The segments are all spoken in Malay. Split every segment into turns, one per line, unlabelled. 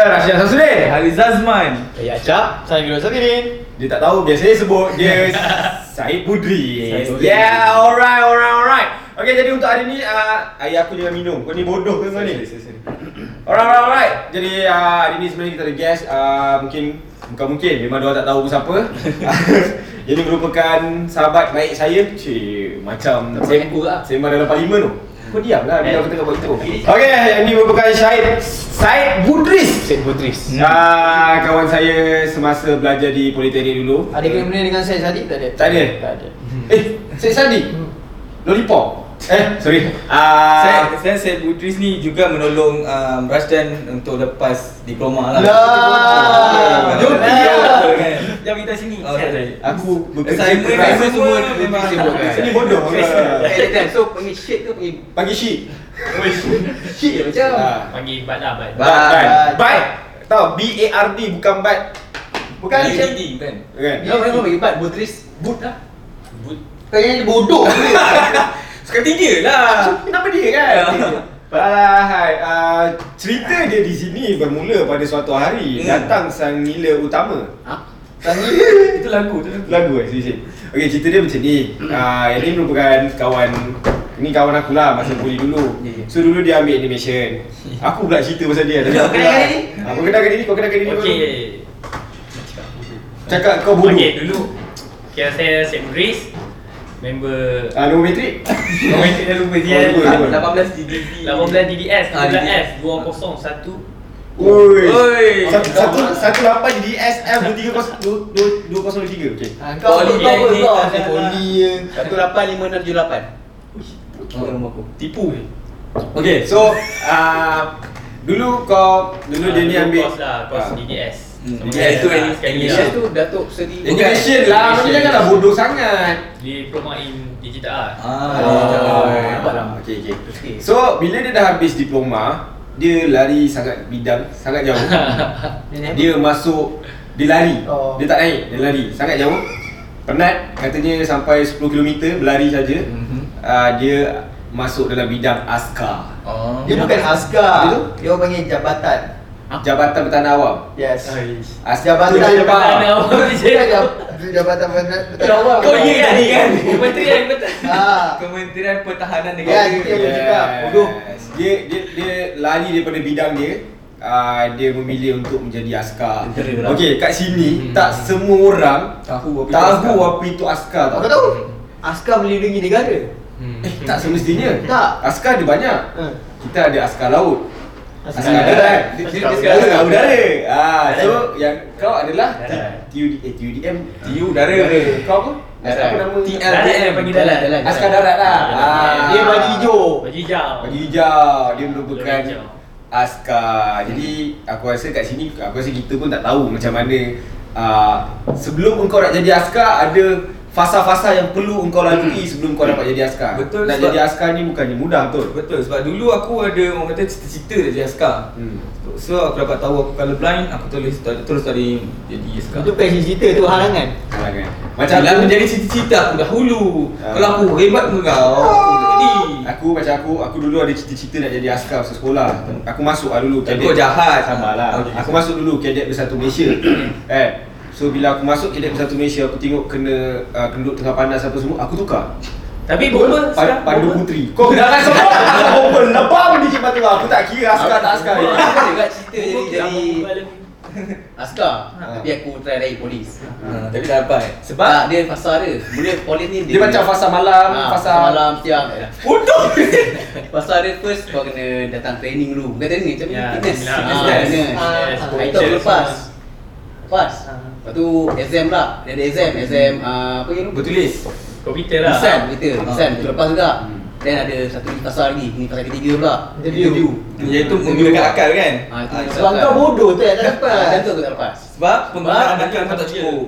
Samsudin Haris Azman
Ya Cap, saya Guru Sadirin.
Dia tak tahu Biasanya sebut dia Syahid Pudri
Syahid Pudri.
Yeah alright alright alright Okay jadi untuk hari ni uh, Ayah aku jangan minum Kau ni bodoh ke kau ni Alright alright alright Jadi uh, hari ni sebenarnya kita ada guest uh, Mungkin Bukan mungkin Memang diorang tak tahu aku siapa Jadi merupakan sahabat baik saya Cik Macam
Tak
sem-
pakai aku lah.
Sembang dalam parlimen tu Kau diam lah Dia
Eh.
aku tengah buat intro Okay ini merupakan Syahid Syahid Budris
Sen Putris.
Ah, kawan saya semasa belajar di Politeknik dulu.
Ada kena mengena dengan saya Sadiq tak ada?
Tak ada?
Tak ada.
Eh, Syed Sadi. Lollipop. Eh, sorry.
Saya,
Ah,
saya Syed Budris ni juga menolong um, Rashdan untuk lepas diploma lah.
Lah.
Jom
Lah.
Yang minta sini. Oh, tak saya.
aku bekerja
kan? Assignment
keras.
assignment semua memang
sibukkan.
Sini bodoh.
Eh, dia kan, so panggil shit tu panggil
Pagi sheet.
shit je macam.
Ah.
Panggil Bat lah Bat
Bat. Bat. Bat. Tahu B A R D bukan bat.
Bukan macam
Lady kan.
Kan?
Dia memang panggil bat, butris, boot lah.
Boot.
Kau yang bodoh.
Suka tiga lah.
Nama dia kan? Baiklah, hai. Ah, cerita dia di sini bermula pada suatu hari
Hmm.
datang sang nila utama.
Ha?
Itu lagu tu.
Lagu eh sikit Okay cerita dia macam ni uh, Yang ni merupakan kawan Ni kawan aku lah masa kuliah dulu
Ya, ya.
So dulu dia ambil animation Aku pula cerita pasal dia Kau
kenalkan diri.
Aku kenalkan diri Kau kenalkan diri kau
Okay
dulu. Cakap kau bodoh
Okay dulu Kira saya Syed Budris Member
Ah, nombor metrik
Orang itu dah lupa
Oh, lupa,
dia
lupa.
18 DDV.
18 DDS,
Ah,
18F,
DDS.
201
Ui
Oi.
Satu satu satu lapan di SF dua tiga kos dua dua dua kosong tiga okay.
Ah, Kau
Poli
poli kau apa
ni
kau?
adalah-
Poli je. 185678.
Orang rumah aku.
Tipu eh. Okay so uh, dulu kau dulu dia ni ambil
Kos lah, kos
Ah.
DDS
Hmm,
Sama
DDS tu
lah,
anim-
sekali
Malaysia
lah.
tu Datuk Seri.
Bukan.
Animation lah, kau ni janganlah bodoh sangat
Diploma in digital art
Ah.
Oh.
Nampak lah. Okay, okay. So, bila dia dah habis diploma, dia lari sangat bidang, sangat jauh. dia masuk, dia lari.
Oh.
Dia tak naik, dia lari. Sangat jauh. Penat, katanya sampai 10 km berlari saja.
Mhm.
Uh, dia masuk dalam bidang askar.
Oh.
Dia bukan askar.
Apa tu?
Dia orang panggil jabatan.
Jabatan Pertahanan Awam.
Yes.
Ah,
Askar
Ah.
Pertahanan
Jabatan Pertahanan
Awam.
Anak awak je
Dia jab- dia jabatan pertahanan.
Kau ye tadi kan.
Kementerian betul
Ah.
Kementerian Pertahanan
Ya,
Negara.
itu yang aku cakap. Bodoh.
Dia, dia, dia lari daripada bidang dia uh, Dia memilih untuk menjadi askar
Tentera lah.
Okey, kat sini
Hmm.
Tak semua orang
Tahu apa itu
Tahu
askar.
apa itu askar tau
Kau tahu? Askar melindungi negara.
Eh, tak semestinya
Tak.
Askar ada banyak
Hmm.
Kita ada askar laut
Askar
Askar
darat.
darat Dia- dia- dia sekarang Askar udara Ah, So, yang kau adalah
Darat.
T- TUD- eh, TUDM
TU udara.
Kau apa?
Darat.
Apa nama?
TLDM.
Panggil
Dalam,
dalam
dalam.
Askar darat lah
Darat.
Ah.
Dia baju hijau.
Baju hijau
Baju hijau dia merupakan
Baju hijau.
askar. Jadi aku rasa kat sini aku rasa kita pun tak tahu macam mana uh, sebelum engkau nak jadi askar ada fasa-fasa yang perlu engkau lalui sebelum kau dapat jadi askar.
Betul,
Nak
sebab-
jadi askar ni bukannya mudah betul.
Betul sebab dulu aku ada orang kata cita-cita nak jadi askar.
Hmm.
So aku dapat tahu aku kalau blind aku tulis terus tadi jadi askar.
Itu bukan cerita tu halangan.
Kalangan. kan?
Macam
Macam
Bila
aku,
menjadi cita-cita aku dahulu
Ah.
Kalau aku hebat dengan kau, aku tak jadi
aku macam aku aku dulu ada cita-cita nak jadi askar masa sekolah. Aku masuk lah dulu
Tapi kau jahat.
Sabarlah.
Okay.
Aku masuk dulu Kadet Bersatu Malaysia. eh. So bila aku masuk Kadet Bersatu Malaysia aku tengok kena uh, kenduk tengah panas apa semua, aku tukar.
Tapi bomba
Pad,
sekarang
Pandu
bomba.
Putri. Kau jangan sebut kau pun lepas pun dikit batu lah. aku tak kira askar tak askar.
Aku juga cerita jadi jadi
Bomba-
askar.
Ha.
Tapi aku try naik polis.
Ah, Tapi tak dapat
Sebab tak, dia fasa dia. Boleh polis ni
Dia macam fasa malam,
Ah,
fasa
malam siang.
Bodoh
Pasal dia first kau kena datang training dulu. Bukan training macam
Ya,
fitness.
seminar.
Ah,
Fitness.
fitness.
Yes,
Ah,
Ah,
picture
Itu aku lepas.
semua.
Lepas.
Ah.
Lepas tu exam pula. Dia ada exam, exam ah, apa yang
Bertulis
Komputer lah
Lisan kita. Lisan
Ah.
tu lepas juga. Then ada satu ni pasal lagi. Ni pasal ketiga pula.
Interview.
Iaitu menggunakan akal kan
Ah, itu
Ah,
Sebab kau bodoh lah. tu yang tak
Ah, Dan
dapat.
tu aku tak lepas.
Sebab penggunaan
Sebab
akal kau tak
dia-
cukup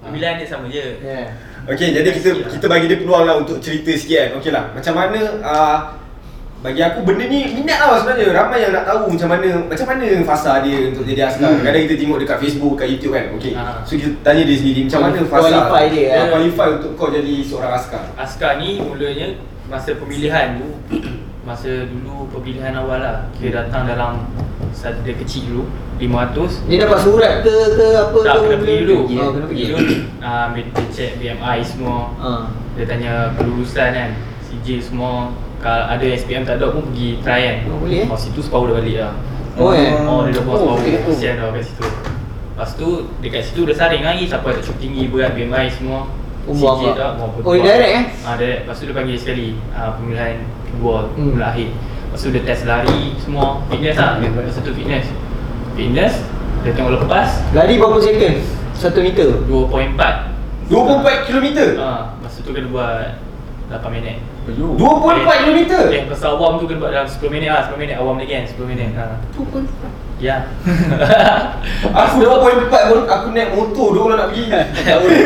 Pemilihan dia sama je
Ya.
Yeah.
Okey, jadi kita kita bagi dia peluang lah untuk cerita sikit kan. Okey lah, macam mana uh, bagi aku benda ni minat lah sebenarnya. Ramai yang nak tahu macam mana macam mana fasa dia untuk jadi askar.
Hmm.
Kadang kita tengok dekat Facebook, kat YouTube kan. Okey.
Ah.
So kita tanya dia sendiri macam mana fasa
Qualify dia,
Ah,
eh.
qualify untuk kau jadi seorang askar.
Askar ni mulanya masa pemilihan tu Masa dulu pemilihan awal lah Kira datang dalam satu dia kecil dulu 500
Dia dapat surat ke ke apa
tak
ke
kena pergi dulu
Oh, kena pergi.
dulu ah, ambil dia check BMI semua
Ha.
dia tanya kelulusan kan CJ semua kalau ada SPM tak ada pun pergi try kan
Oh, boleh, eh?
oh, situ separuh dah balik dah
Oh eh.
Hmm.
Oh, dia dah
Oh,
buat
okey.
okay. Kesian dah kat situ Lepas tu, dekat situ dah saring lagi Siapa yang tak cukup tinggi, kan, berat, BMI semua
Oh, buang
CJ
tak?
tak, buang pun
Oh, dia
buang.
direct, eh?
Ah, direct Lepas tu dia panggil sekali ah, Pemilihan kedua,
Hmm.
pemilihan akhir Lepas tu dia test lari semua Fitness lah, masa tu fitness Fitness, dia tengok lepas
Lari berapa second? Satu meter.
2.4
24 km.
Ah, Masa tu kena buat 8 minit
24 km.
Eh, masa awam tu kena buat dalam 10 minit lah 10 minit, awam lagi kan, 10
Hmm.
minit ah.
Pukul.
Ya
Aku 24 pun aku naik motor dia orang nak pergi.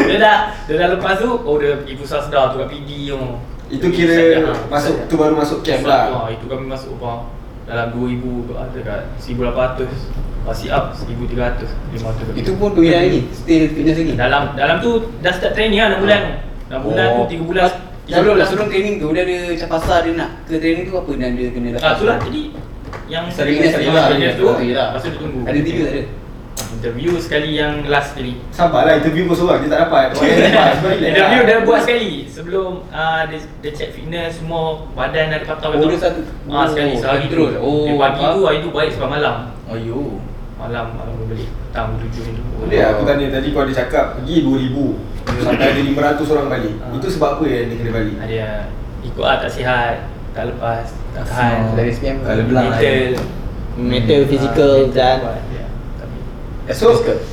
dia dah dia dah lepas tu oh dia pergi pusat sedar tu kat oh. PD tu
Itu kira masuk tu baru masuk camp lah.
ha, itu kami masuk apa dalam 2000 ke- ada kat 1800 pasti Ah, up 1300 500
Itu pun pemilihan lagi. Still fitness lagi.
dalam dalam tu dah start training lah 6 bulan tu. 6 bulan
Oh.
tu 3 bulan
Sebelum lah, sebelum training tu, dia ada macam pasar dia nak ke training tu apa dan dia kena dapat.
ah tu lah jadi yang
Sering
yang
sering
yang
lah,
yang
sering
tu
lah, sering lah.
lepas tu dia tunggu
Ada tiga tak ada?
interview sekali yang last tadi
Sabarlah interview kau seorang dia tak dapat. Orang lain dapat. Sebab relax lah.
interview dah buat sekali sebelum ah, dia, dia check fitness semua badan ada patah
Oh, dia satu.
Ah, sekali
Oh,
sehari
terus.
tu.
Oh,
Dia pagi
faham.
tu hari tu baik sampai malam.
Ayo.
Malam malam dia balik. Petang tujuh ni tu.
Boleh lah aku tanya tadi kau ada cakap pergi 2000 sampai ada 500 orang balik.
Ah.
Itu sebab apa yang dia kena balik?
Ada yang Ah, ikut ah tak sihat, tak lepas, tak tahan.
Semua.
Dari SPM.
Kalau belang
lah, ya.
Mental,
Ah. Meter,
ah,
fizikal
mental
dan
kuat, ya. Tapi
So,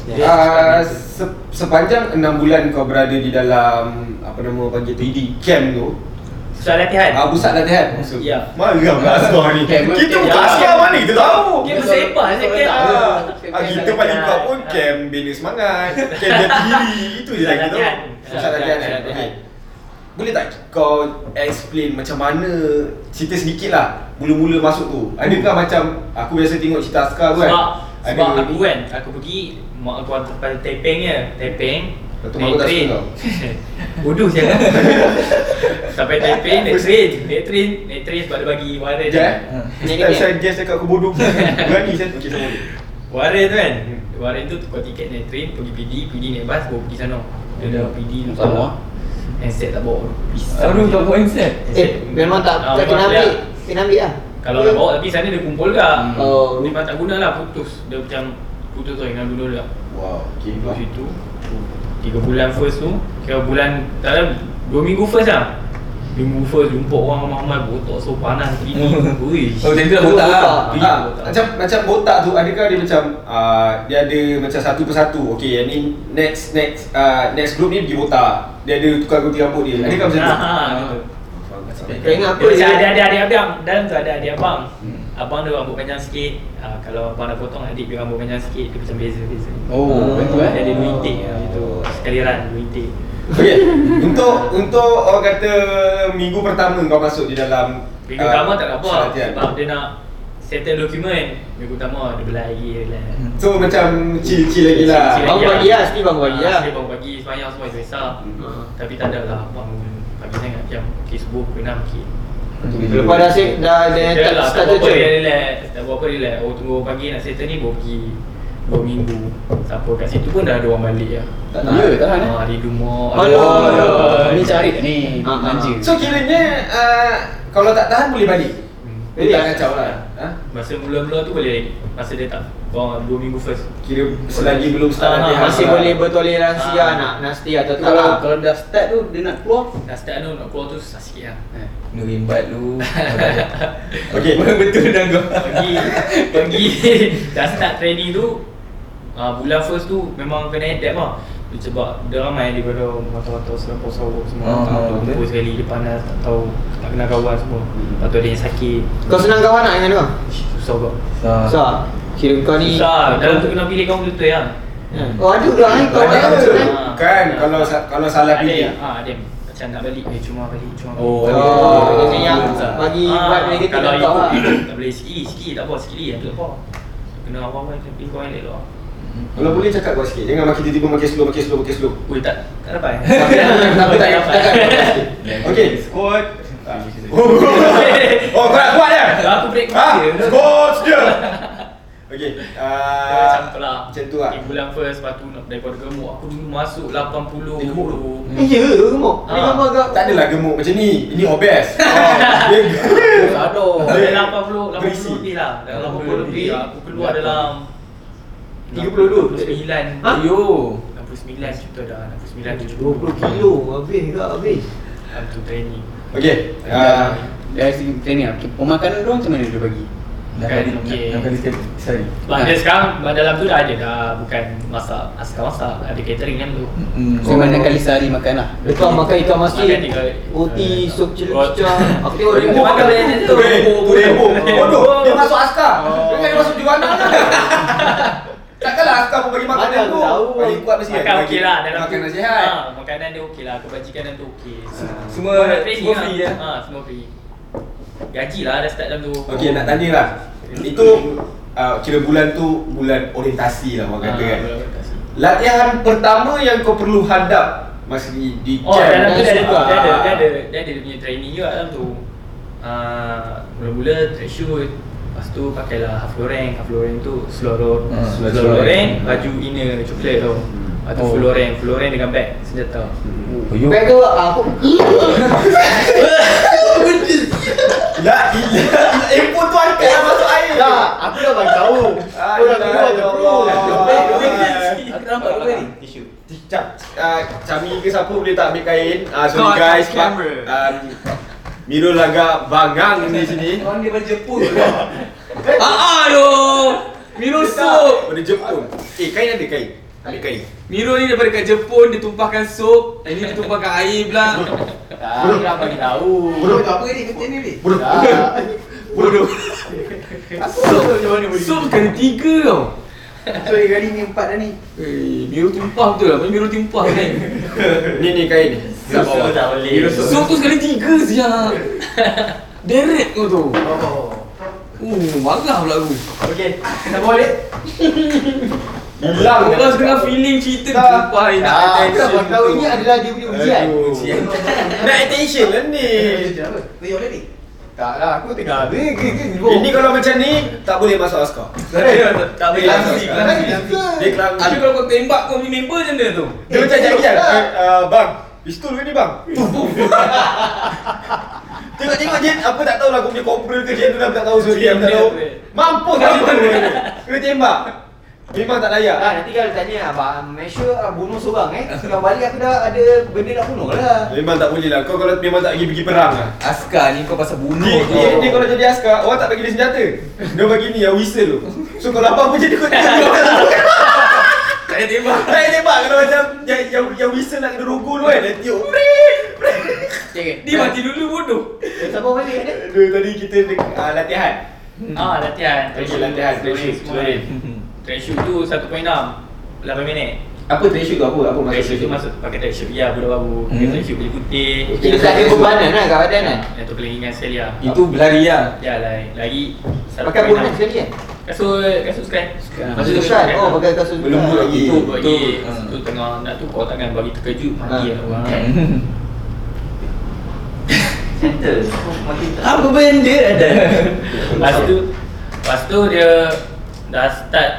Yeah.
uh, se- sepanjang 6 bulan kau berada di dalam apa nama orang panggil tu ED camp tu,
Susah latihan.
ah pusat latihan. Maksud.
Ya.
Marah pula askar ni.
Camp,
Kita
camp,
bukan
ya.
askar mana kita tahu.
Dia bersepah saya kira.
Ah, ah,
Camp
kita
latihan.
paling kau pun camp bina semangat, camp jati diri, itu je
Pusat
lah kita tahu.
latihan.
Pusat latihan.
Pusat
kan?
latihan.
Okey. Boleh tak kau explain macam mana cerita sedikit lah mula-mula masuk tu? Adakah macam aku biasa tengok cerita askar tu kan?
Sebab
Ada-
sebab aku kan, aku pergi mak aku hantar pada tepeng je, tepeng.
Lepas tu mak
naik
aku tak
train.
suka kau.
Bodoh jangan. Sampai tepeng, naik train, naik train, naik train sebab dia bagi warna
Sekejap eh
Hmm.
Setiap saya guess cakap aku bodoh Berani saya Okay sama bodoh
Warin tu kan Warin tu tukar tiket naik train Pergi PD PD naik bas Baru pergi sana Dia dah PD tu
Sama.
bawa. Handset tak bawa Pisau
Aduh tak buat inset.
Eh, memang tak
Ah,
tak kena
memang
ambil.
tak.
Kena ambil lah.
Kalau nak bawa tapi sana dia kumpul ke
Oh.
Memang tak guna lah putus Dia macam Putus tu kena dulu lah
Wow Okay
Dari situ Tiga bulan first tu Kira bulan Tak ada Dua minggu first lah Minggu first jumpa orang ramai-ramai Botok so panas Gini Uish
Oh, macam tu lah botak lah.
Pergi
Ah,
botak.
macam macam botak tu adakah dia macam uh, dia ada macam satu persatu okay yang ni next next uh, next group ni pergi botak dia ada tukar gunting rambut dia adakah macam tu
Ah, ah, gitu.
Kau ingat apa
Dia macam
dia?
ada ada adik abang Dalam tu ada adik abang
Hmm.
Abang dia rambut panjang sikit ah, Kalau abang dah potong adik dia rambut panjang sikit Dia macam beza-beza
Oh,
Dia
betul
ada
eh.
dua itik lah gitu Sekali run dua itik
okay untuk untuk orang kata minggu pertama kau masuk di dalam ah,
Minggu pertama tak ada apa
pusat latihan.
Sebab dia nak settle dokumen Minggu pertama dia belah lagi dia belah.
Hmm.
so macam chill chill lagi lah
Chill-chill
Bangun
lagi
pagi lah, mesti bangun pagi
Ah,
lah.
Dia bangun pagi semayang semua selesa
Ah.
Tapi tak ada lah bangun pagi sangat Jam okay, subuh pukul 6 okay.
Lepas dah set dah dah
Dia
tak
lah,
start
tak apa-apa dia
kerja.
relax Tak apa-apa relax Oh tunggu pagi nak settle ni baru pergi Dua minggu Siapa kat situ pun dah ada orang balik lah
Tak tahan. Ya, tak tahan eh.
Ah, di rumah.
Aduh.
Aduh.
Ni cari tak ni.
Ah, ah.
Manja.
so kiranya uh, kalau tak tahan boleh balik
Hmm.
Jadi tak kacau lah ha?
Masa mula-mula tu boleh masa dia tak orang 2 minggu first.
Kira selagi belum
Ah,
start latihan
Masih
lah.
boleh bertoleransi
Ah.
lah nak nak setia atau tak
Kalau
lah.
kalau dah start tu dia nak keluar.
Dah start tu nak keluar tu susah sikit lah.
Eh.
Ni rimbat lu.
Okey.
Betul dah kau.
Pergi pergi dah start training tu ah, bulan first tu memang kena adapt lah. Dia Sebab dia ramai daripada mata-mata serapau-serapau semua
Ah,
tak tahu
betul.
kumpul sekali dia panas tak tahu tak kenal kawan semua Lepas tu ada yang sakit
Hmm. Kau senang kawan nak dengan kau?
Susah kau
Sa.
Susah. Kira kau ni.
Susah dalam tu kena pilih kawan betul-betul ya. yang
Hmm. Oh ada orang ni kawan
Ada.
yang macam eh. ni.
Ah.
Kan, kalau sa- kalau salah
ada,
pilih.
Ah, ada yang macam nak balik, eh cuma balik, cuma balik.
Oh,
Oh,
ada.
dia yang bagi buat mereka
ya. Ah, kalau
tidak
ikut,
tahu lah.
ikut, tak boleh sikit, sikit tak apa, sikit yang tak apa. Kena apa-apa, tapi kau yang elok.
Kalau boleh cakap kuat sikit. Jangan makin tiba-tiba makin slow, makin slow, makin slow.
Ui, tak, tak dapat.
Tapi tak- tapi tak tak tak. Okey, squat. Oh, kau nak kuat ya?
Aku break
Ha?
masa.
Squat je. Okay
Dia
uh,
Macam tu lah
Macam tu lah
Di bulan first Lepas tu nak daripada gemuk Aku dulu masuk 80
Eh, gemuk tu?
Eh, ya ke gemuk? Ni
Ah.
gambar agak
Tak adalah gemuk macam ni Ini obes oh, dia,
Aduh.
Dah
Dia-
80
berisi.
80 lebih lah Dah
80
80 lebih
lebih.
Aku keluar dalam
32.
69
Ha?
Yo.
69 macam tu dah 69
20 kilo habis ke habis.
Aku tu training
Okay uh,
Dari segi training lah. Pemakanan dia orang macam mana dia bagi?
Enam
Bukan,
kali,
okay.
enam kali sekali sehari.
Sebab dia sekarang Dalam tu dah ada dah Bukan masak Asalkan masak Ada catering kan tu
Mm.
So, mana kali sehari makan lah.
Lepas makan ikan
Makan
masin,
ikan-
roti, sup celup
Roti.
cecah. Aku tengok dia
Dia makan
makan.
banyak macam tu.
Weh, tu demo Bodoh Dia masuk askar
Oh.
Dia kan dia masuk juana lah Takkanlah askar pun bagi makanan
Mana aku
tu
tahu.
Paling kuat mesti
Makan
bagi
okey lah dalam tu-
Makanan sihat
ha, Makanan dia okey lah Kebajikan tu okey Ha.
Ah, semua-
Orang training
semua
lah.
free, ya?
ha, Semua free Gaji lah dah start dalam tu
Okay nak tanya lah Itu uh, Kira bulan tu Bulan orientasi lah orang kata
Ha,
kan
boleh kasi.
Latihan pertama yang kau perlu hadap Masa di, di
Oh,
camp
dalam tu dia ada,
suka.
dia ada,
ah.
dia ada, dia ada dia punya training juga dalam tu. Ah, mula-mula track shoot. Lepas tu pakailah half loreng, half loreng tu selorong,
Hmm,
selorong,
selorong.
loreng, baju inner coklat tu. Lepas tu
Oh.
full loreng, full loreng dengan bag senjata.
Yo.
Baik tu aku
La ilah Handphone Lah, tu angkat lah masuk air
dah, aku dah bagi tahu. Aku dah keluar
ya
dah
Baik, baik,
keluar.
baik.
Aku nampak dulu ni.
Tisu.
Cap, uh, Cami ke siapa boleh tak ambil kain uh,
Kau
Sorry
akan
guys
camera.
pak- um, Mirul agak bangang di sini
Orang dia macam Jepun. Ah ah yo. Miro sup.
Pada Jepun Eh kain ada kain Ambil kain
Miro ni daripada kat Jepun dia tumpahkan sup, ini dia tumpahkan air pula.
Tak, aku dah bagi tahu. Apa ni kata ni ni?
Bodoh
Ah.
Bodoh
Sup Sup kena tiga tau.
So, dia kali ni empat dah ni.
Eh, Miro tumpah betul lah. Macam Miro tumpah kan.
Ni ni kain ni
Kat bawah tak boleh.
Sup tu sekali tiga siap. Deret kau tu.
Oh.
Uh, marah pula aku.
Okey.
Tak boleh.
Hilang
Kau tengah feeling cerita
Dah.
tumpah ni
Ah,
nak
aku dah
attention
bagi tahu
tu.
ini adalah dia punya ujian.
Aduh, ujian. Nak attention lah ni
Boleh boleh ni.
Taklah, lah, aku tengah habis.
Ini kalau macam ni Tak boleh masuk askar
Tak boleh
Kelansi, kelansi. Dia kelam
Habis kalau kau tembak kau punya member macam mana tu?
Dia macam janjian Eh, uh, Bang Pistol ke ni bang? Tengok-tengok je apa tak tahu lah aku punya corporal ke jenderal aku tak tahu sorry aku tak tahu. Mampus tak tahu. Kena tembak. Memang tak layak.
Ah, nanti kalau tanya abang, make sure ah, bunuh seorang eh. Kalau balik aku dah ada benda nak bunuh lah.
Memang tak boleh lah. Kau kalau memang tak pergi pergi perang lah.
Askar ni kau pasal bunuh
Dia, dia, dia kalau jadi askar, orang tak bagi dia senjata. Dia bagi ni yang whistle tu. So kalau apa pun jadi kau tak boleh.
Tak payah tembak.
Tak payah tembak kalau macam yang yang, yang whistle nak kena rogol tu kan. Dia tiup.
Okay.
Dia mati dulu bodoh.
Siapa balik ada?
Dia tadi kita dek- ah, latihan.
Ah, latihan. Hmm.
Okey, latihan. Track shoot,
Training. Track shoot tu 1.6 8 minit.
Apa trade shoot tu apa? Apa
Track shoot tu masuk pakai track shoot ya budak baru. Pakai
Hmm.
track shoot beli putih.
Kita tak ada bebanan lah kat badan kan?
Yang tu paling ingat sekali lah.
Itu berlari lah.
Ya lagi lagi
Pakai bonnet sekali kan?
Kasut kasut sekarang. Sekarang.
Kasus besar. Oh, pakai Hmm. kasus
Belum
besar.
buat lagi.
Itu
Betul.
bagi
Ah.
tu tengah nak tu kau tangan bagi terkejut
Ah.
mati lah orang.
Apa benda ada?
Lepas tu lepas tu dia dah start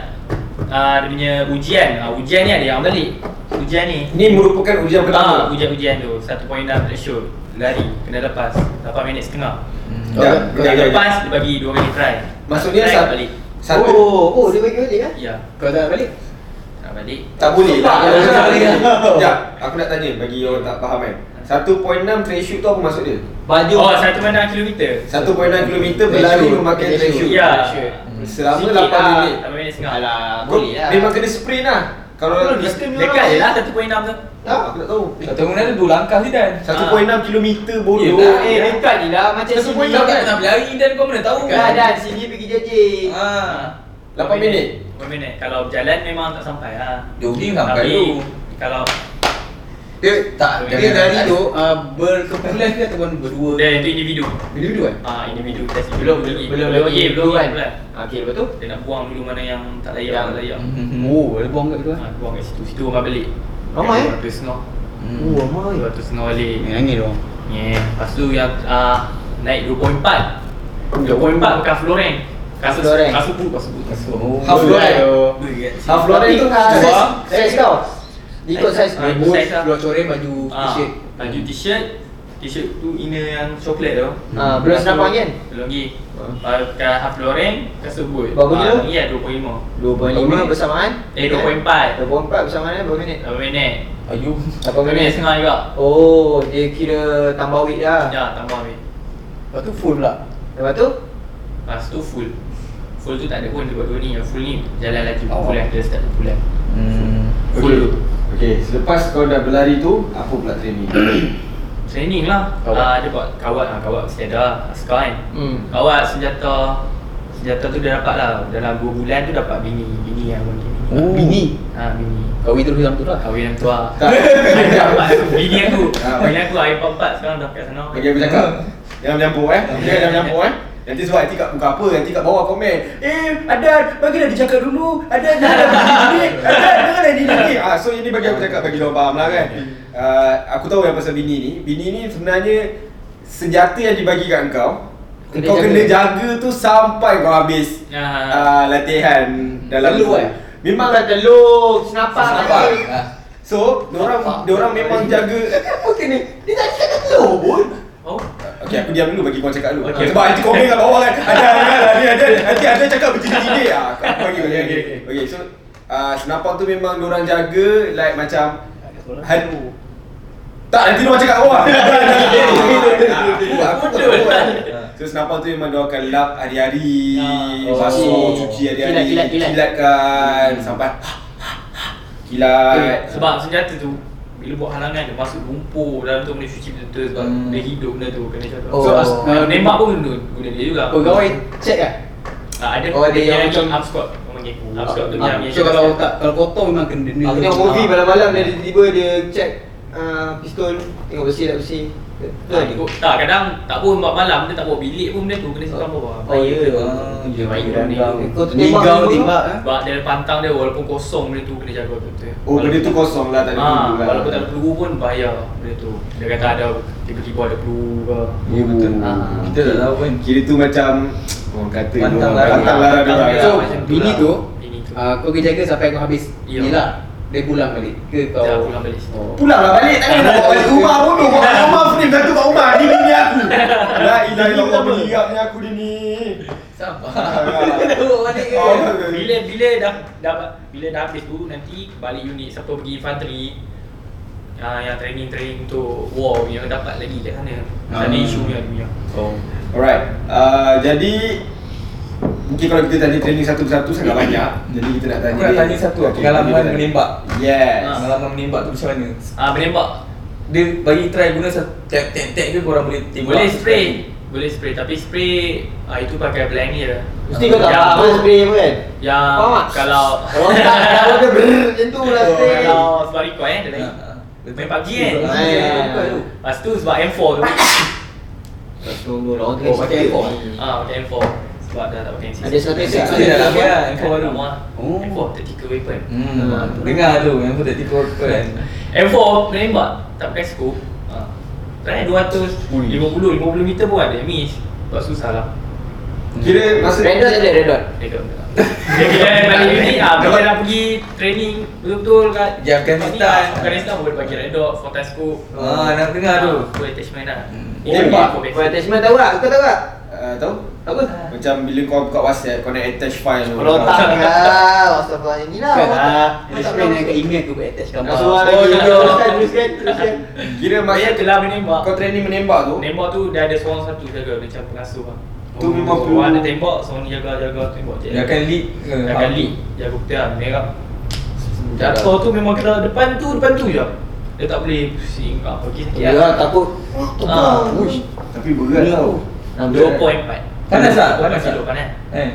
ah, dia punya ujian. Ah, ujian ni ada yang balik. Ujian ni.
Ini merupakan ujian
Ah,
pertama.
ujian-ujian tu 1.6 threshold lari kena lepas 8 minit setengah.
Hmm.
Ya.
Jap, jap,
Kena
jap, jap.
lepas dia bagi 2 minit try.
Maksudnya
try,
sat-
balik.
satu
Oh, oh dia bagi balik kan?
Ya,
Kau tak balik?
tak balik.
tak boleh.
Sebab
Tak
tak boleh.
Jap, aku nak tanya bagi orang tak faham kan. 1.6 trail shoot tu apa maksud dia?
Baju.
Oh, 1.6 kilometer.
1.6 km
Trail
berlari
shoot.
memakai
Trail
trail
shoot.
shoot. Hmm.
Ya.
Selama
Sikit
8
lah,
minit.
8 minit setengah.
Alah,
Kau
boleh lah.
Memang kena sprint lah. Kalau
Dekat je lah 1.6 tu.
Tak.
Aku tak tahu.
Kau tahu mana ada dua langkah je Dan.
1.6 km bodoh.
Oh,
Yelah.
eh, dekat ni lah. Macam
Satu
sini.
point
Kau
lapan.
Dah,
tak pernah berlari Dan kau mana tahu?
dah. Sini pergi jajik.
kan. Ah.
8 minit.
8 minit. Kalau berjalan memang tak sampai lah.
Jogging sampai
Tapi,
dulu.
Kalau
Dia tak
Jangan.
dia dari tu ah, berkumpulan ke ataupun berdua?
dia itu individu.
Individu kan?
Ah individu test
Belum,
individu
belum,
lagi.
belum
belum lagi,
lagi.
belum
Bulan.
lagi bulan.
Okey, lepas tu?
Dia nak buang dulu mana yang tak layak,
Yang-
tak layak.
Mhm.
Oh, ada buang kat situ
Ha, buang kat situ. Situ orang balik.
Ramai, eh?
Dua setengah.
Oh,
Hmm.
amai.
Dua ratus setengah balik.
Nangis dong.
Yeah. Lepas tu yang ah, naik 2.4. 2.4 bukan floor rank. Kasus
Dorang.
Kasus bu Kasus bu Kasus
Oh,
bu
Half Loreng. Half Loreng tu kan
Dua.
size- Size kau Ikut size
Ah, ikut size lah.
Keluar coret baju
Ah,
t-shirt
baju t-shirt T-shirt tu inner yang coklat tu
Ah, belum senang panggil?
Belum lagi Pakai half loreng Kasus boot
Berapa kilo?
Ah, Ya 2.5
2.5 bersamaan
Eh 2.4
2.4 bersamaan eh berapa minit?
Berapa minit?
Ayu.
Berapa
Berapa minit
minit?
setengah juga
Oh dia kira tambah weight lah
Ya tambah habis
Lepas tu full pula.
Lepas tu
Lepas tu full Full tu tak ada pun dia buat dua ni Yang full ni jalan lagi
Oh.
Bulan dia start bulan
Hmm.
Full tu
Okay, selepas kau dah berlari tu, apa pula training?
Training lah
Kawat.
Ah, Dia buat kawat lah Kawat mesti ada Askar kan
Hmm.
Kawat senjata Senjata tu dia dapat lah Dalam 2 bulan tu dapat bini Bini yang bagi bini
Oh. Bini.
Ha bini
Kahwin terus dalam tu lah.
Kahwin yang tua
Tak.
Dapat tu bini aku
Ah.
Bini aku air empat sekarang dah kat sana
Bagi aku cakap, jangan menyampur eh. Jangan menyampur eh. Nanti sebab nanti kat muka apa, nanti kat bawah komen. Eh, Adan, bagilah dia cakap dulu. Adan, janganlah dia didik. Adan, janganlah dia didik. Ah, so ini bagi aku cakap, bagi diorang faham lah kan. Ah, aku tahu yang pasal bini ni. Bini ni sebenarnya senjata yang dibagi kat kau.
Kena
Kau kena
jaga. Ya.
jaga tu sampai kau habis
Ah.
ah, latihan dalam tu.
Perlu, eh?
Memang
Memang dah telur Senapak
Nampak?
lagi.
Ah.
So, diorang diorang memang jaga
Apa kena? Dia tak cakap telur pun
Oh
Okay, aku diam dulu bagi kau cakap dulu.
Okey.
Sebab nanti komen kat bawah kan. Ada ada ada ada nanti ada cakap begini-gini ah. Kau bagi bagi.
Okey,
Okay,
okey.
okay so uh, senapang tu memang diorang jaga like macam Hadu. Tak, nanti diorang cakap "Oh, kat bawah. Aku Ah, aku tak tahu. Ah. So senapang tu memang diorang akan lap hari-hari,
Ah,
basuh,
oh.
cuci hari-hari,
Kilat, kilat, kilat.
kilatkan sampai
Eh,
kilat.
Hmm. sebab senjata tu bila buat halangan dia masuk lumpur dalam tu boleh cuci betul-betul sebab
Hmm.
dia hidup benda tu kena jaga.
Oh.
So as, uh, nembak pun guna, guna dia juga.
Pegawai check lah
Ah, ada
Oh, ada yang
yang macam
macam-
up squat. Orang panggil up squat tu
Ah,
yang yang
So kalau tak kalau kotor memang kena denda
Aku tengok
Ah.
movie malam-malam dia tiba-tiba dia check ah, pistol Tengok bersih tak Ah. bersih
tak, Ah, ikut. tak kadang tak pun buat malam dia tak bawa bilik pun benda tu kena simpan bawah.
Oh, ya ke?
Dia main
Dia
ni.
rendang.
Kau tu tembak
Nigau
dulu.
tembak eh.
Sebab dia pantang dia walaupun kosong benda tu kena jaga betul.
Oh, benda tu kosong lah tak ada
Ah,
peluru lah.
walaupun tak ada peluru pun bahaya benda tu. Dia kata ada tiba-tiba ada peluru ke.
Ya betul.
Ah.
Kita tak tahu kan. Kira tu macam orang kata
Pantang
orang-
larang.
pantang larang
Pantang
juga.
larang.
So,
So
macam tu
bini
lah.
tu
Bini tu.
ah, kau kena jaga sampai kau habis
Ya.
ni lah Dia pulang balik ke kau
Dia pulang balik situ.
Oh.
Pulanglah
lah,
balik takkan nak bawa balik rumah pun tu. Bawa balik rumah frame satu kat rumah ni bini aku. La ilaha illallah mengirapnya aku dia ni.
Sabar
Ah.
Bawa balik ke
Oh.
bila bila dah dapat bila dah habis dulu nanti balik unit siapa pergi infanteri uh, yang training training untuk war yang dapat lagi kat sana. Tak ada
Ah.
isu yang dunia.
Oh.
Alright. Ah, jadi Mungkin kalau kita tanya training satu persatu sangat banyak Jadi kita nak tanya
Aku nak tanya satu lah,
Okay,
pengalaman
kita tanya.
menembak.
Yes
Ah.
Pengalaman menembak tu macam mana?
Ah menembak
Dia bagi try guna satu tap tap tap ke korang boleh tembak?
boleh spray. Boleh spray tapi spray ah, itu pakai blank je. Ya,
Mesti kau tak
Yang-
apa spray apa kan
Yang
Faham tak?
kalau
Orang tak nak benda brrrr macam tu lah spray
kalau sebab record eh dia lain.
Ah, ah.
Main pagi kan.
Ah,
ya, ya, ya.
Lepas tu sebab M4 tu. lah,
Rasulullah orang
Oh, pakai ekor.
Ah, pakai M4 sebab dah tak pakai NC.
Ada satu
Dia
esok
dah lama lah, M4 baru.
Oh.
Oh.
M4 tactical weapon.
Hmm,
Ah.
dengar tu, yang tu tak tipu aku kan.
M4 menembak tak pakai scope. Ah. Terakhir 250 50 meter pun ada miss. Sebab susah lah.
Kira masa
Red dot ada red dot
Dia kena. Dia bila balik unit ah, bila dah pergi training betul-betul kat
Di Afghanistan.
Ni, ah, Afghanistan boleh bagi red dot, photo scope.
kan Ah, nak dengar tu.
Full attachment lah.
Hmm.
Ini
Tembak.
aku
Kau
basic.
attachment tahu tak? Kau tahu tak?
Ah, Tahu?
Apa?
Macam bila kau buka WhatsApp, kau nak attach file tu.
Kalau tak lah Astagfirullah Ini lah
Kan
orang
ah,
tak-
Dia
tak
spray dengan
tahu.
kat email aku buat attach gambar
Oh,
Rasulullah lagi
ya.
Teruskan teruskan teruskan
Kira
Masa
masa
tu lah menembak.
kau training menembak tu,
Menembak tu dia ada seorang satu jaga macam pengasuh lah.
Tu memang perlu.
Orang nak tembak, seorang ni jaga-jaga tembak je.
Dia akan lead ke?
Dah kali Jaga putih ah, Merah
lah.
Jatuh tu memang kena depan tu Depan tu je Dia tak boleh pusing kat apa gitu
Ya takut
Ah,
Uish.
tapi berat tau.
Ah,
Dua point empat
Panas tak?
Panas
Panas tak?
kilo panas
Eh.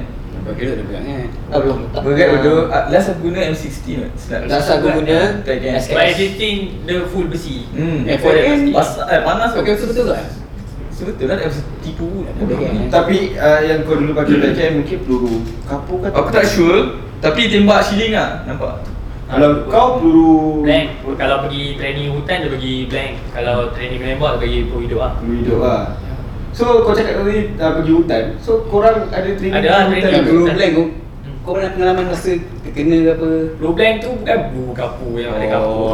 Bagi dia pegang kan
Ah, belum.
Berat
Ah.
betul. Ah, Last aku guna M60 lah. Sedap.
Last aku guna
Tak kan.
Sebab editing dia full besi
Hmm.
Eh, full dia
Ha,
besi
Pas, eh, panas
Kau
aku.
kira betul lah. tak?
Sebetul lah, M60 tipu.
Boleh kan?
Tapi ah, yang kau dulu pakai backhand mungkin peluru kapur ke?
Aku tak sure, tapi tembak shilling lah. Nampak?
Kalau kau peluru
Blank Kalau
Hmm.
pergi training hutan dia bagi blank Kalau training menembak dia bagi peluru hidup lah
peluru hidup lah. So kau cakap tadi uh, pergi hutan. So korang ada training
Ada lah, training. Hmm.
ke?
Dulu blank tu Kau pernah pengalaman masa terkena ke apa
Blue blank tu bukan bulu kapur yang ada
Oh.
kapur.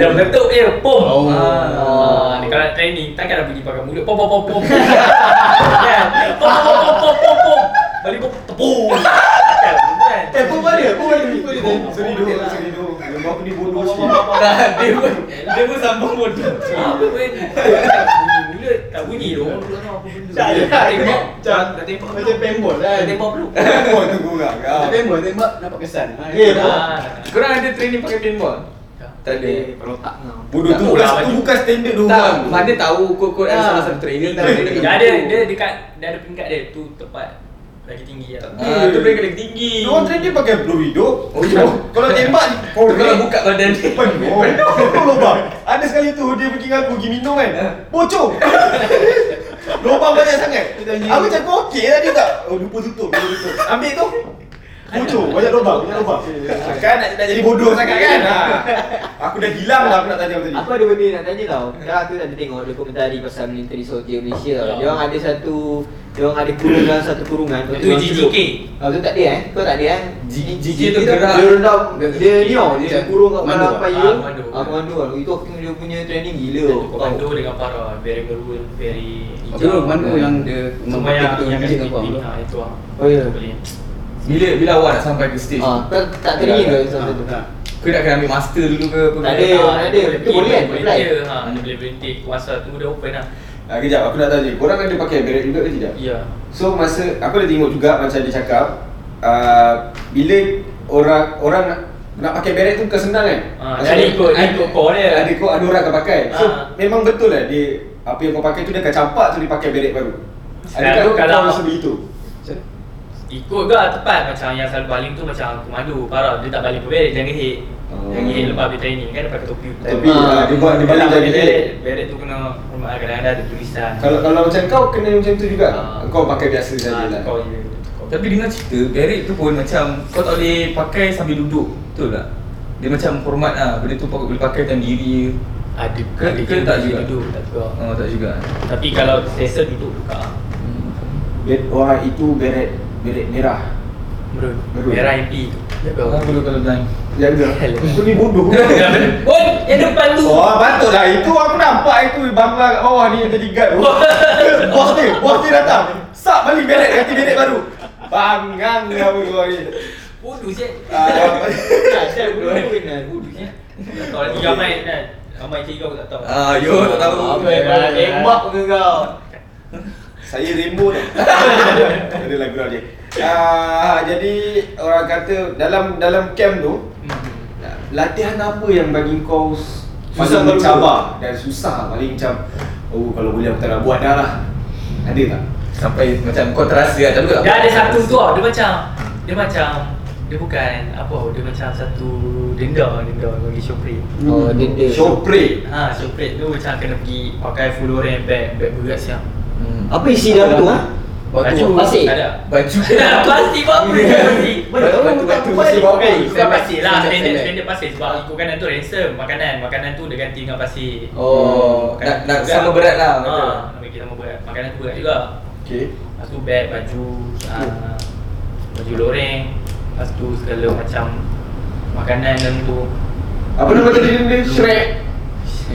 Dah meletup dia, pom.
Oh.
Ah, dia kalau training takkan nak pergi pakai mulut. Pom pom pom pom. Kan? Pom pom pom pom pom pom. Balik pom tepung. Kan? Kan?
Eh, pun ada, pun ada people ni.
Sorry doh, sorry doh. Yang aku ni bodoh sikit.
dia pun dia pun sambung bodoh.
Ah, Apa pun? Bunyi mulut tak bunyi doh. Orang tu tak tahu apa benda.
Tak ada, tak ada.
Tak tak tembak.
Macam paintball kan.
Tak tembak peluk.
Kau tu korang.
Kau tembak tembak dapat kesan
Eh,
Ah.
Korang ada training pakai pinball?
Tak ada
Perotak kau.
Bodoh tu bukan tu bukan standard doh.
Tak, mana tahu kod-kod ada salah satu trainer tak boleh
Dia ada dia dekat dia ada peringkat dia tu tempat lagi tinggi lah.
Ah, tu boleh kena tinggi.
Kau training pakai peluru hidup.
Oh, ya.
Kalau tembak
Tu
kau
Kalau buka badan dia.
penuh. Penuh lubang. Ada sekali tu dia pergi dengan aku pergi minum kan.
Ha.
Bocor. lubang banyak sangat. Aku cakap kau okey tadi tak? Oh lupa tutup, lupa tutup. Ambil tu. Bocor, banyak lubang, banyak lubang. Kan nak, nak jadi bodoh sangat kan? Ha. Aku dah hilang lah aku nak tanya tadi.
Aku ada benda nak tanya tau. Dah aku ada tengok dokumentari pasal military soldier Malaysia. tau.
Ya.
Dia orang ada satu dia orang ada kurungan satu kurungan tu.
Itu GGK.
Oh, tu tak ada eh? Kau tak ada eh?
G- GK tu gerak.
Dia rendam, dia ni tau, dia
Macam
kurung kat kepala
mandu,
apa
ah,
ya?
mandu.
Ah, komando kan. Itu aku tengok dia oh. punya training gila.
Dia ada
tau.
Komando dengan para very maroon, very
Itu mana yang dia
Ya. Semua yang yang kat
mempetik tu
pimpin lah itu lah.
Oh, ya.
Boleh.
Bila bila awak nak sampai ke stage?
Ah,
tu?
kau tak training ke sampai tu?
Ah, Kau nak kena ambil master dulu ke apa?
Tak ada.
Ah,
ada.
dia
Tu boleh
boleh pergi,
kan?
Boleh
Apply.
dia, ha, dia boleh berhenti kuasa tunggu dia open lah.
Ha, kejap, aku nak tanya. Korang ada pakai beret hidup ke tidak?
Ya.
So masa aku dah tengok juga macam dia cakap uh, bila orang orang nak, nak pakai beret tu bukan senang kan.
Ah,
Maksudnya,
dia ada ikut- dia ikut core dia.
Ada kau ada orang akan pakai. So
Ah.
memang betul lah dia apa yang kau pakai tu dia akan campak tu dia pakai beret baru.
Selalu
Adakah
kalau-
kau rasa begitu?
Ikut ke tepat macam yang selalu baling tu macam komando parah dia tak baling pun beret jangan hit.
Oh.
Jangan hit lepas habis training kan dia pakai topi.
Tapi ah, dia buat dia
Kalau
balik
pakai
jadi beret.
beret, beret tu kena hormat lah. kadang-kadang ada tulisan.
Kalau kalau macam kau kena macam tu juga.
Ah.
Kau pakai biasa
Ah,
sajalah.
Kau je. Kau-
Tapi dengar cerita, barrack tu pun macam kau tak boleh pakai sambil duduk. Betul tak? Dia macam hormat lah, benda tu kau boleh pakai macam diri je.
ada
Ke-
ada
ke
yang
tak juga?
duduk tak juga.
Oh, tak juga.
Tapi kalau sesa duduk buka.
Bet orang itu beret beret merah.
Bro,
Merun.
merah MP tu.
Kau
Jaga.
perlu kalau blind.
Jaga. Ya Kau ni bodoh.
Ya, Oi, yang depan tu.
Oh, patutlah. Itu aku nampak itu bangla kat bawah ni yang tadi guard tu. bos dia, bos dia datang. Sap balik beret ganti beret baru. Bangang kamu kau ni.
Bodoh siap.
Ah,
Tak, saya kurungan kan.
Tak tahu lagi ramai kan. Ramai cik kau aku tak tahu.
Ah, yo, tak tahu.
Apa yang kau nak tembak ke kau?
Saya Rainbow ni. Ada lagu dia. Ah, jadi orang kata dalam dalam camp tu
Hmm.
latihan apa yang bagi kau s-
Susah
paling
kalau
mencabar dan susah paling macam oh kalau boleh aku tak nak buat dah lah. Ada tak?
Sampai macam kau terasa lah, tapi kau tak
Dia ada satu tu tau, dia macam dia macam dia bukan apa dia macam satu denda denda bagi Shopee.
Oh, denda.
Showplay.
Ha, Shopee tu macam kena pergi pakai full orang bag bag berat siang.
Hmm.
Apa isi dalam tu ah?
Batu.
pasir?
Tak ada.
Baju.
Plastik buat apa dia plastik?
Batu, batu, pasir bawa kain.
Bukan pasir lah,
Sandal,
standard
sandal.
standard pasir sebab ikut kanan tu ransom, makanan, makanan tu dia ganti dengan pasir.
Oh,
Makanan
nak
tu
nak
berat.
sama berat lah.
Ha,
betul.
nak bagi sama berat. Makanan tu berat juga.
Okay.
Lepas tu beg, baju, ah, baju loreng Lepas tu segala macam makanan dalam tu
Apa nama tadi dia ni? Shrek.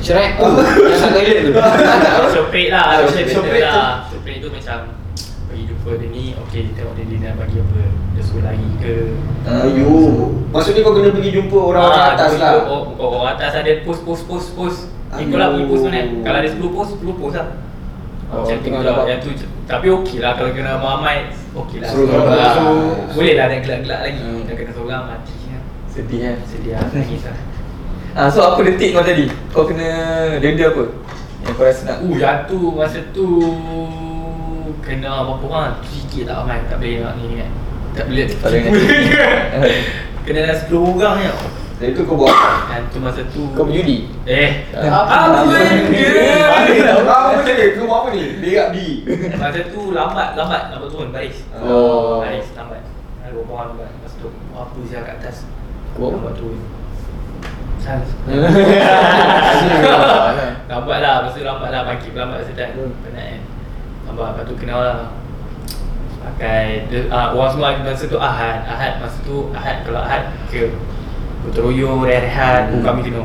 Shrek tu. Yang kat toilet tu. Oh.
Soprik
Ah,
lah, soprik
soprik
soprik
tu.
lah Soprik tu macam pergi jumpa dia ni Okay, tengok dia ni nak bagi apa Dia suruh lari ke
Ayo. Ah, Maksudnya kau kena pergi jumpa orang-orang
Ah,
atas
dia
lah.
ikut or- Bukan orang atas lah, dia post, post, post, post Ikutlah pergi post mana
Aduh.
Kalau ada 10 post, 10 post lah
Oh,
Macam tu
tengok
lah,
dapat.
yang tu je. Tapi okey lah kalau kena ramai Okey lah,
Suruh
Suruh
dapat.
lah.
Suruh.
Boleh lah ada gelak-gelak lagi
Hmm.
Dah kena seorang mati lah
Sedih kan?
Sedih lah, nangis lah
Ah, so apa detik kau tadi? Kau kena denda apa? Yang kau rasa nak
Uh, yang tu masa tu kena berapa orang? Sikit tak ramai, tak boleh nak ni kan. Tak boleh.
Tak boleh nak-
kena dah 10 orang je.
Dan itu kau buat apa?
Dan tu masa tu
Kau berjudi?
Eh.
Apa
Ah,
Apa
yang
dia?
Apa tadi? Kau buat apa ni? Berak di.
Masa tu lambat, lambat, lambat turun baris.
Oh.
Baris lambat. Ada berapa orang lambat. Masa tu apa je kat atas.
Buat apa?
Lambat turun. Sans.
Ah,
Ah, ya. Lambat lah, masa tu lambat lah pagi lambat masa tu kan. Penat kan. Nampak lepas tu kenal lah Pakai dia, ah, Orang semua masa tu ahad Ahad masa tu ahad Kalau ahad ke Gotong royong, rehat-rehat
Hmm.
Buka kami kena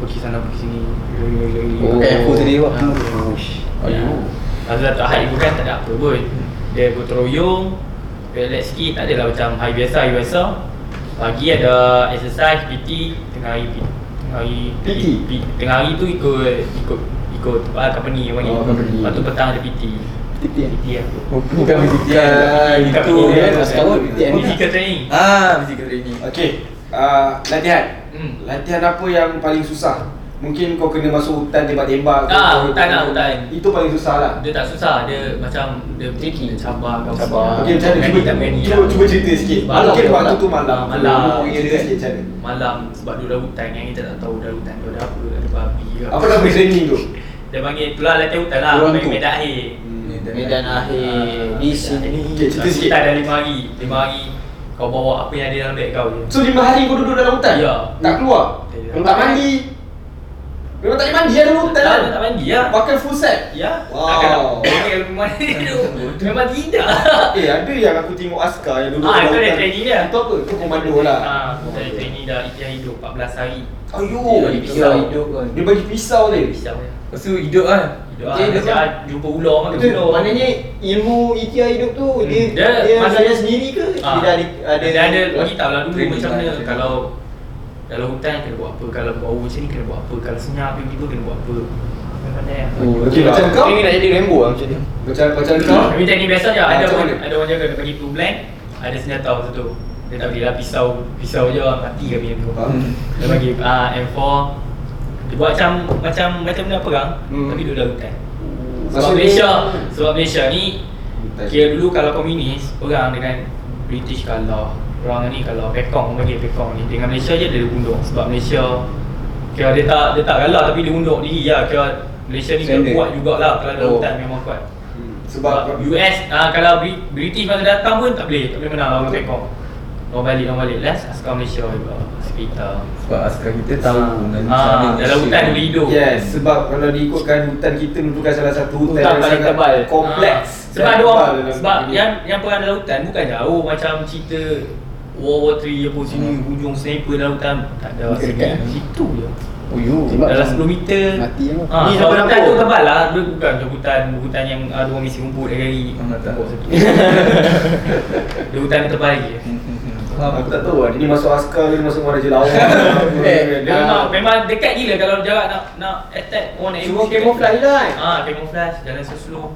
Pergi sana pergi sini Gila, gila, gila, gila.
Oh.
Pakai aku tadi buat
Ah.
Oh,
Ya.
Ayuh.
Masa tak ahad ibu kan tak ada apa pun Dia gotong royong Relax sikit tak adalah macam hari biasa hari biasa Pagi ada exercise PT Tengah hari P- tengah hari
PT?
P- Tengah hari tu ikut ikut ikut ah, company orang ni.
Oh, company.
Lepas tu petang ada PT
Titian.
PT aku
Oh,
Bukan Bukan itu
Bukan
kan
PTN.
Sekarang Bukan
Physical training
Ah, physical training
Okey, uh, latihan.
Hmm.
Latihan apa yang paling susah? Mungkin kau kena masuk hutan tembak-tembak ke
Ah,
kau-
hutan lah, hutan.
Itu paling susah lah
Dia tak susah, dia macam dia tricky, dia sabar kau
Sabar.
Okey, macam mana?
Berani
Cuba,
tak berani
cuba,
Ah, lah.
cuba cerita sikit
Malam
Mungkin
ke
waktu
malam?
tu malam Oh, ya,
Ah, malam.
Cerita sikit macam mana?
Malam sebab dia dah hutan yang kita tak tahu dah hutan dia ada apa, ada babi ke
Apa nama training tu?
Dia panggil itulah latihan hutan lah,
Orang
panggil
tu.
medan akhir.
Medan akhir di sini.
Okey, Hmm. cerita
Cerita
sikit
Hmm. Hutan dah lima hari, lima hari kau bawa apa yang ada dalam beg kau je.
So lima hari kau duduk dalam hutan?
Ya.
Tak keluar?
Ya.
Tak mandi? Memang tak boleh mandi lah dalam hutan
Tak,
kan?
tak mandi lah.
Pakai full set?
Ya,
Wow.
takkan nak pergi rumah ni tu. Memang tidak.
Eh ada yang aku tengok askar yang duduk
Ya. Ah,
dalam
itu dah
hutan
training dia.
Itu apa? Itu komando lah
Ah, kita ada training dah ikhtiar hidup 14 hari.
Ayuh,
Dia bagi
Dia
pisau.
hidup kan.
dia bagi pisau ni
Pisau dia.
Lepas tu hidup kan
Hidup
Dia
lah.
hidup
ya. Macam jumpa ular makan
Itu
ular.
maknanya ilmu ikhtiar hidup tu
Hmm.
dia
Dia
dia, dia
masa-
belajar sendiri ke?
Ah,
Dia dah ada ada
dia ada bagi tahu lah dulu
training
macam
lah,
mana
training.
kalau dalam hutan kena buat apa, kalau bau macam ni kena buat apa, kalau senyap tiba-tiba kena buat apa. Pandai-pandai lah.
Oh,
Okey, macam kau?
Ini nak jadi Rambo lah macam dia.
Macam macam kau?
Tapi teknik biasa je, ada
Macam
orang
mana?
ada orang jaga dia bagi blue blank, ada senjata waktu tu. Dia tak belilah pisau, pisau je orang mati kami tu.
Hmm.
Faham?
Dia bagi ah M4 dia buat macam macam macam benda perang
Hmm.
tapi duduk dalam hutan. Sebab
Maksudnya-
Malaysia, sebab Malaysia ni
Hutan.
Kira dulu kalau komunis, perang dengan British kalah Orang ni kalau pekong bagi pekong ni Dengan Malaysia je dia undur Sebab Malaysia Kira dia tak, dia tak kalah tapi dia undur diri lah Kira Malaysia ni kena
Standard.
kuat jugalah Kalau dalam
Oh.
hutan memang kuat
Hmm,
Sebab
Sebab
US, ah, kalau Bri- British masa datang pun tak boleh Tak boleh menang lawan pekong Orang balik, orang balik Last askar Malaysia juga Sekitar
Sebab askar kita tahu nanti sana
ah, Dalam
Malaysia.
hutan dia boleh hidup
Yes, sebab kalau diikutkan hutan kita merupakan salah satu hutan,
Hutan
yang
paling
sangat
tebal.
kompleks.
Ah, sebab ada orang
Tebal dalam
sebab
dunia.
yang yang perang dalam hutan bukan jauh macam cerita World War 3 apa sini
Hmm.
hujung sniper dalam hutan tak ada
Dekat-
sini situ je.
Oh yo
Sebab
Dalam
macam
10 meter
mati lah.
Ha,
Ni
ni
sampai
hutan
lapuk.
tu tebal lah Dia bukan macam hutan hutan yang ada orang misi rumput hari
Ah, tak.
Buat satu. Dia hutan tebal lagi.
Aku tak tahu lah, dia ni masuk askar ke dia masuk Raja Lawa.
Eh,
Dia memang Ah, memang dekat gila kalau jarak nak nak attack orang nak
Cuma
ambush.
camouflage lah. kan?
Ah, camouflage jalan slow.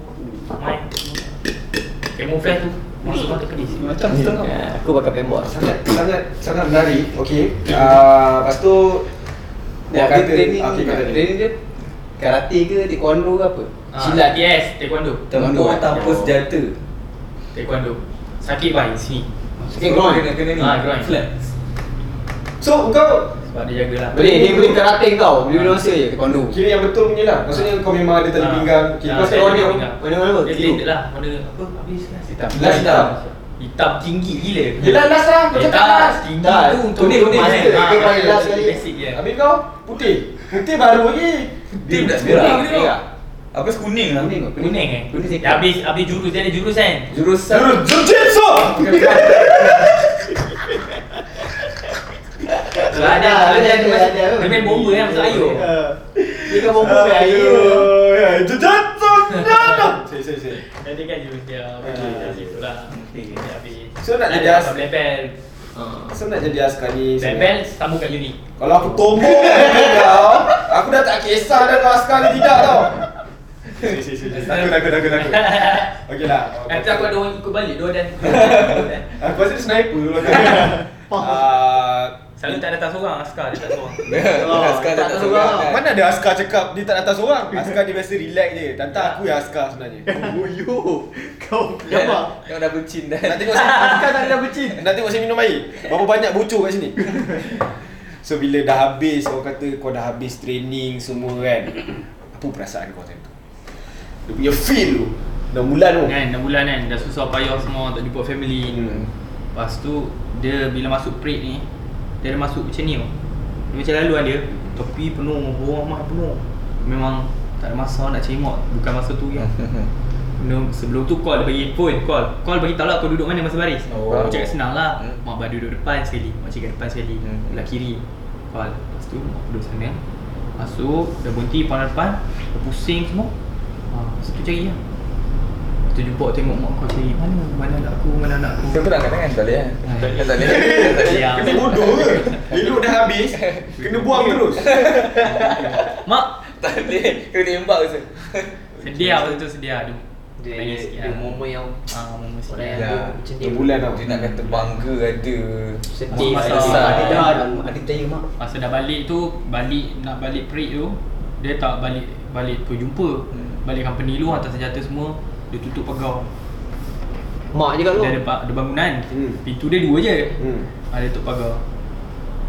Main. Camouflage tu masuk mata pedis.
Macam tu.
Aku pakai tembok.
sangat sangat sangat menarik. Okey. Ah, lepas tu Wak
Dia ada
kata-
training.
ah, okey, kau kata.
Training dia karate ke taekwondo ke apa?
Silat
Eh,
yes, Ah, taekwondo.
Tempur tanpa senjata
Taekwondo. Sakit baik sini.
Sikit groin.
Kena kena ni
Ah, groin.
Flat
So kau
Sebab dia lah. jagalah.
Boleh dia boleh karate kau. Dia
Ah.
dulu saya taekwondo.
kira yang betul punya lah. Maksudnya kau memang ada tali
Ah.
pinggang. Okey,
Ah,
kau
saya
sekarang
ada
ni
pinggang.
Warna apa?
Dia
Biru.
blended lah. Warna apa? Habis lah. Hitam.
Last hitam.
Hitam tinggi gila.
Yelah last lah, kau
Eh,
cakap
tak,
last.
Tinggi
Tak,
tu untuk
kuning, kuning.
main.
Dia
Ah,
pakai last sekali.
Basic je.
Habis kau putih. Putih baru lagi.
Tim tak
Merah,
sebelah
merah.
Apa kuning lah
Kuning ke?
Kuning eh.
Kuning sikit.
Dia Habis habis jurus dia ada jurus kan.
Jurusan
Jurus Jujitsu.
Kalau ada kalau ada dia main-
Ya,
dia main bomba kan masuk
ya,
ayuh.
Dia kan bomba kan?
Jujitsu. Saya saya saya.
Nanti kan jurus dia habis
Ah.
macam situ lah.
Okey.
Dia habis.
So, nak
Dia
jadi
ada
as-
black belt.
Asal nak jadi askar ni
Black
sebenarnya?
belt sambung kat unit.
Kalau aku tombol dengan kau Aku dah tak kisah dah kau askar ke tidak tau Si, si, si, si. Takut, takut, takut, takut Okey lah
Nanti aku ada orang ikut balik dua dan
Aku rasa dia sniper dulu aku Ah,
Selalu tak datang seorang askar dia tak seorang.
Oh,
Askar
tak
Kan, tak
tahu
sebelah
lah.
kan?
Mana ada askar cakap dia tak datang seorang Askar dia biasa relax je
Ya.
Tentang aku yang askar sebenarnya
Boyo. Kau
Kan?
gambar.
Kau dah bercin dah
Nak tengok saya
Kau tak ada becin.
Nak tengok saya minum air Berapa banyak bocor kat sini So bila dah habis Kau kata kau dah habis training semua kan Apa perasaan kau time tu? Dia punya feel tu Dah bulan tu
Kan, dah bulan kan, dah susah payah semua, tak jumpa family
Hmm.
Lepas tu, dia bila masuk parade ni Dia ada masuk macam ni tau Dia macam laluan dia, tepi penuh, bawah mah penuh Memang tak ada masa nak cemak, bukan masa tu kan no, sebelum tu call dia bagi phone call call bagi tahu lah kau duduk mana masa baris
Oh.
aku cakap senang lah
Hmm.
mak abang duduk depan sekali mak cik kat depan sekali
Hmm.
belah kiri call lepas tu mak aku duduk sana masuk dah berhenti depan depan dah pusing semua ha, lepas tu cari lah lepas tu jumpa tengok mak kau cari mana mana anak aku mana anak aku
Kau pun nak kena kan? Tak boleh kan?
Tak boleh.
Tak boleh. Tak boleh.
Ya.
Kena bodoh ke? Elok dah habis Kena buang terus
mak
Tak boleh. Kena tembak je.
sedih lah waktu tu sedih lah dia
Dia,
nangis sikit
dia
lah
momen yang
ah momen
orang
sedih
yang
lah
Ya.
macam dia
Sebulan tau
Dia nak kata bangga ada.
sedih
Masa-
ada
masa-
ada dah ada percaya mak
Masa dah balik tu Balik Nak balik perik tu Dia tak balik Balik tu jumpa
Hmm.
Balik company lu Hantar senjata semua Dia tutup pagar
mak je kat lu
Dia ada, ba- ada bangunan
Hmm.
Pintu dia dua je
Hmm.
ha, Dia tutup pagar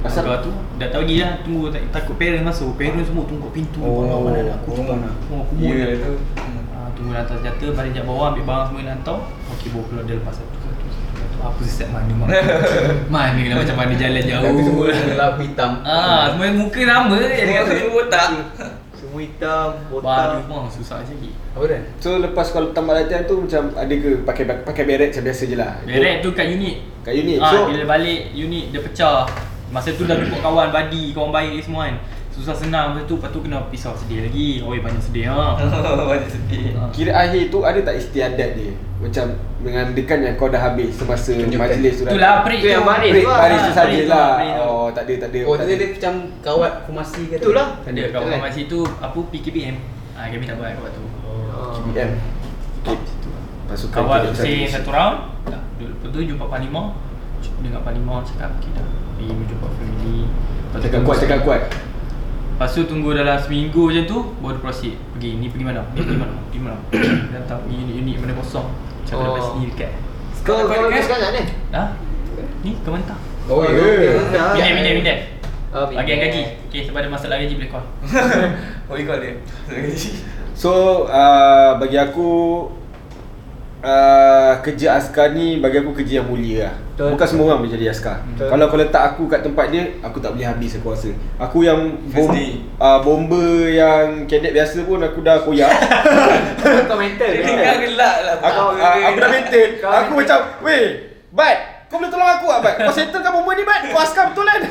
Asal-
Pagar tu Dah tak pergi lah Tunggu tak, takut parents masuk Parents semua tunggu kat pintu Mana mana nak aku
kumur.
Kumur
Oh.
kumur
Ya,
yeah.
tu. Hmm.
ha, Tunggu dia hantar senjata Balik jap bawah Ambil barang semua dia nak hantar Okay bawa keluar dia lepas satu satu, satu, satu. Apa sesat mana mak Mana lah macam mana jalan jauh
Tapi semua
lap hitam
Ah, semua muka sama je dengan semua botak.
semua hitam
Baru
botak
pun susah sikit.
Apa dia?
So lepas kau tambah latihan tu macam ada ke pakai pakai beret macam biasa je lah
Beret tu kat unit.
Kat unit
Ah,
So
bila balik unit dia pecah. Masa tu dah jumpa kawan badi, kawan baik ni semua kan. Susah senang masa tu, lepas tu kena pisau sedih lagi. Oi banyak sedih ha.
Oh, Banyak sedih.
Ah.
Kira akhir tu ada tak istiadat dia? Macam menandakan yang kau dah habis semasa
Tunjukkan.
majlis tu dah.
Itulah perik
Tu
tu.
yang baris
Break
tu lah.
baris tu
Ah,
saja
break tu,
lah.
break tu.
Oh, tak ada tak ada.
oh
tak
tu
ada.
dia macam kawat kumasi ke tu
Itulah.
Tak ada kat
Betul kan?
rumah situ apa PKPM. Ah, kami tak buat kat waktu.
Oh.
PM. Pasukan
Kawan
Ya. kita
pusing
cari.
satu round. Tak. Lepas tu jumpa Panglima. Dengan Panglima cakap kita pergi jumpa family. Lepas tu
Cakap kuat, cakap kuat.
Lepas tu tunggu dalam seminggu je tu Baru dia proceed Pergi ni pergi mana Ni pergi mana Pergi mana Datang pergi unit-unit mana kosong Macam mana
Oh.
dapat sendiri dekat
kau kau kau sekarang ni
Dah Ni ke mentah
Oh,
ya.
Ah,
Minat minat minat
Oh, minat.
Bagian gaji Okay sebab ada masalah gaji boleh call
Boleh kau dia.
So, uh, bagi aku Uh, kerja askar ni bagi aku kerja yang mulia lah
Betul.
Bukan semua orang boleh jadi askar
Betul.
Kalau kau letak aku kat tempat dia Aku tak boleh habis aku rasa Aku yang bom,
Pasti.
uh, bomber yang cadet biasa pun aku dah koyak
kau mental
Dia
ke?
tinggal gelak lah.
Aku,
Kau-
ah, aku dah maintain
kau-
Aku macam Weh Bat Kau boleh tolong aku tak Bat Kau settlekan perempuan ni Bat Kau askar betul kan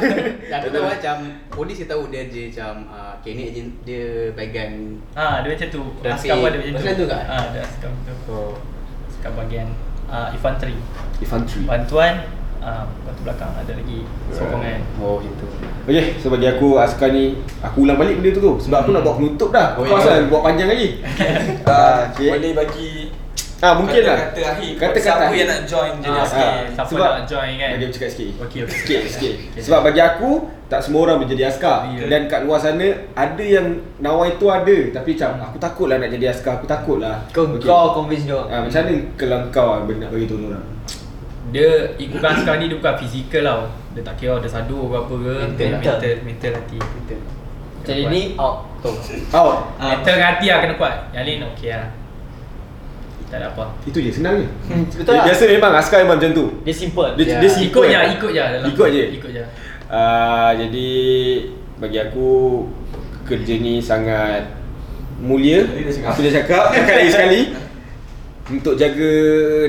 Aku tahu macam Odis dia tahu dia dia macam ah, Kenek je dia bagian
Ha dia macam tu
Dan
Askar pun ada macam tu
Macam tu kan? Oh.
Ha dia askar macam tu Askar bagian uh, Infantry
Infantry
Bantuan uh, Bantu belakang ada lagi Sokongan
Oh gitu
Okay So bagi aku askar ni Aku ulang balik benda tu tu Sebab aku nak buat penutup dah
Oh,
Kau
ya.
asal buat panjang lagi Ah, okay.
Boleh bagi
Ah, mungkin lah
kata-kata akhir
Kata-kata
siapa
akhir.
yang nak join jadi
Ah,
askar.
okay. Siapa
Sebab-
nak join kan
Bagi aku cakap sikit
Okay, okay.
Sikit sikit Sebab bagi aku Tak semua orang boleh jadi askar
Ya.
Dan kat luar sana Ada yang nawai tu ada Tapi macam
Hmm.
Aku takut lah nak jadi askar Aku takut lah
Kau
Okay.
kau convince dia.
Ah, Macam mana kalau kau ah, nak bagi tahu orang
Dia ikutkan sekarang ni dia bukan fizikal tau Dia tak kira ada sadu ke apa ke
Mental.
Dia mental, mental hati
Betul
Jadi ni
oh.
out. Kau.
Out
Ah,
Mental kat hati lah kena kuat Yang lain okey lah Tak ada apa
Itu je senang je
Hmm,
Betul
betul
Biasa
lah.
tak?
memang askar memang macam tu
Dia simple.
Dia,
Ya.
dia simple.
Ikut je, ikut je dalam
Ikut je
Ikut je
Ah, Jadi Bagi aku Kerja ni sangat Mulia
Tadi dah cakap.
Aku dah cakap Cakap lagi sekali Untuk jaga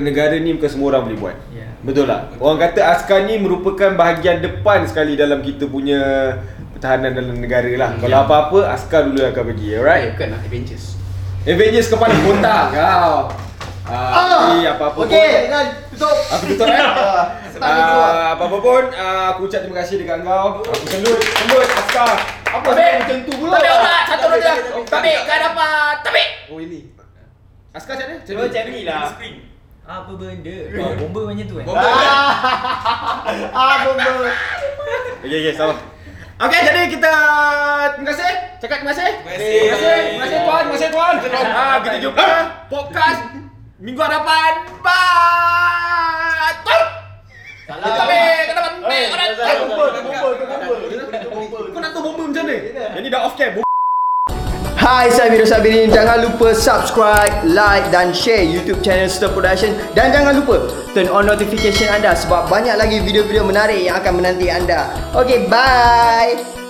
negara ni bukan semua orang boleh buat
Ya.
Betul tak? Orang kata askar ni merupakan bahagian depan sekali dalam kita punya Pertahanan dalam negara lah
Ya.
Kalau apa-apa askar dulu yang akan pergi alright?
Right Bukan nak adventures
Avengers kepala botak kau Ah, jadi apa-apa pun-
Okey, Nan, tutup.
Aku betul eh?
Senang je.
Ah, apa-apa pun, ah, aku ucap terima kasih dekat kau. Aku salut, sambut Askar.
Apa sebab macam tu pula?
Tabik otak Satu
Tabik,
roda
tabik, tabik.
Tabik kau dapat Tabik
Oh ini. Askar macam mana?
Cuba macam ni lah.
Spring.
Apa benda? Oh, bomba macam tu kan?
Bomber.
Ah, bomba.
Okey, okey, sama. Okey, jadi kita terima kasih. Cakap terima kasih.
Terima kasih.
Terima kasih, terima kasih tuan, terima kasih tuan. Ah, kita jumpa podcast minggu hadapan. Bye. Tor.
Salah.
Tabik, kau dapat tabik, kau dapat
Salah,
tabik.
bomba, bomba, bomba, bomba.
Kau nak tahu bomba macam mana? Yang ni dah off cam.
Hai saya Miro Sabirin Jangan lupa subscribe, like dan share YouTube channel Star Production Dan jangan lupa turn on notification anda Sebab banyak lagi video-video menarik yang akan menanti anda Okay bye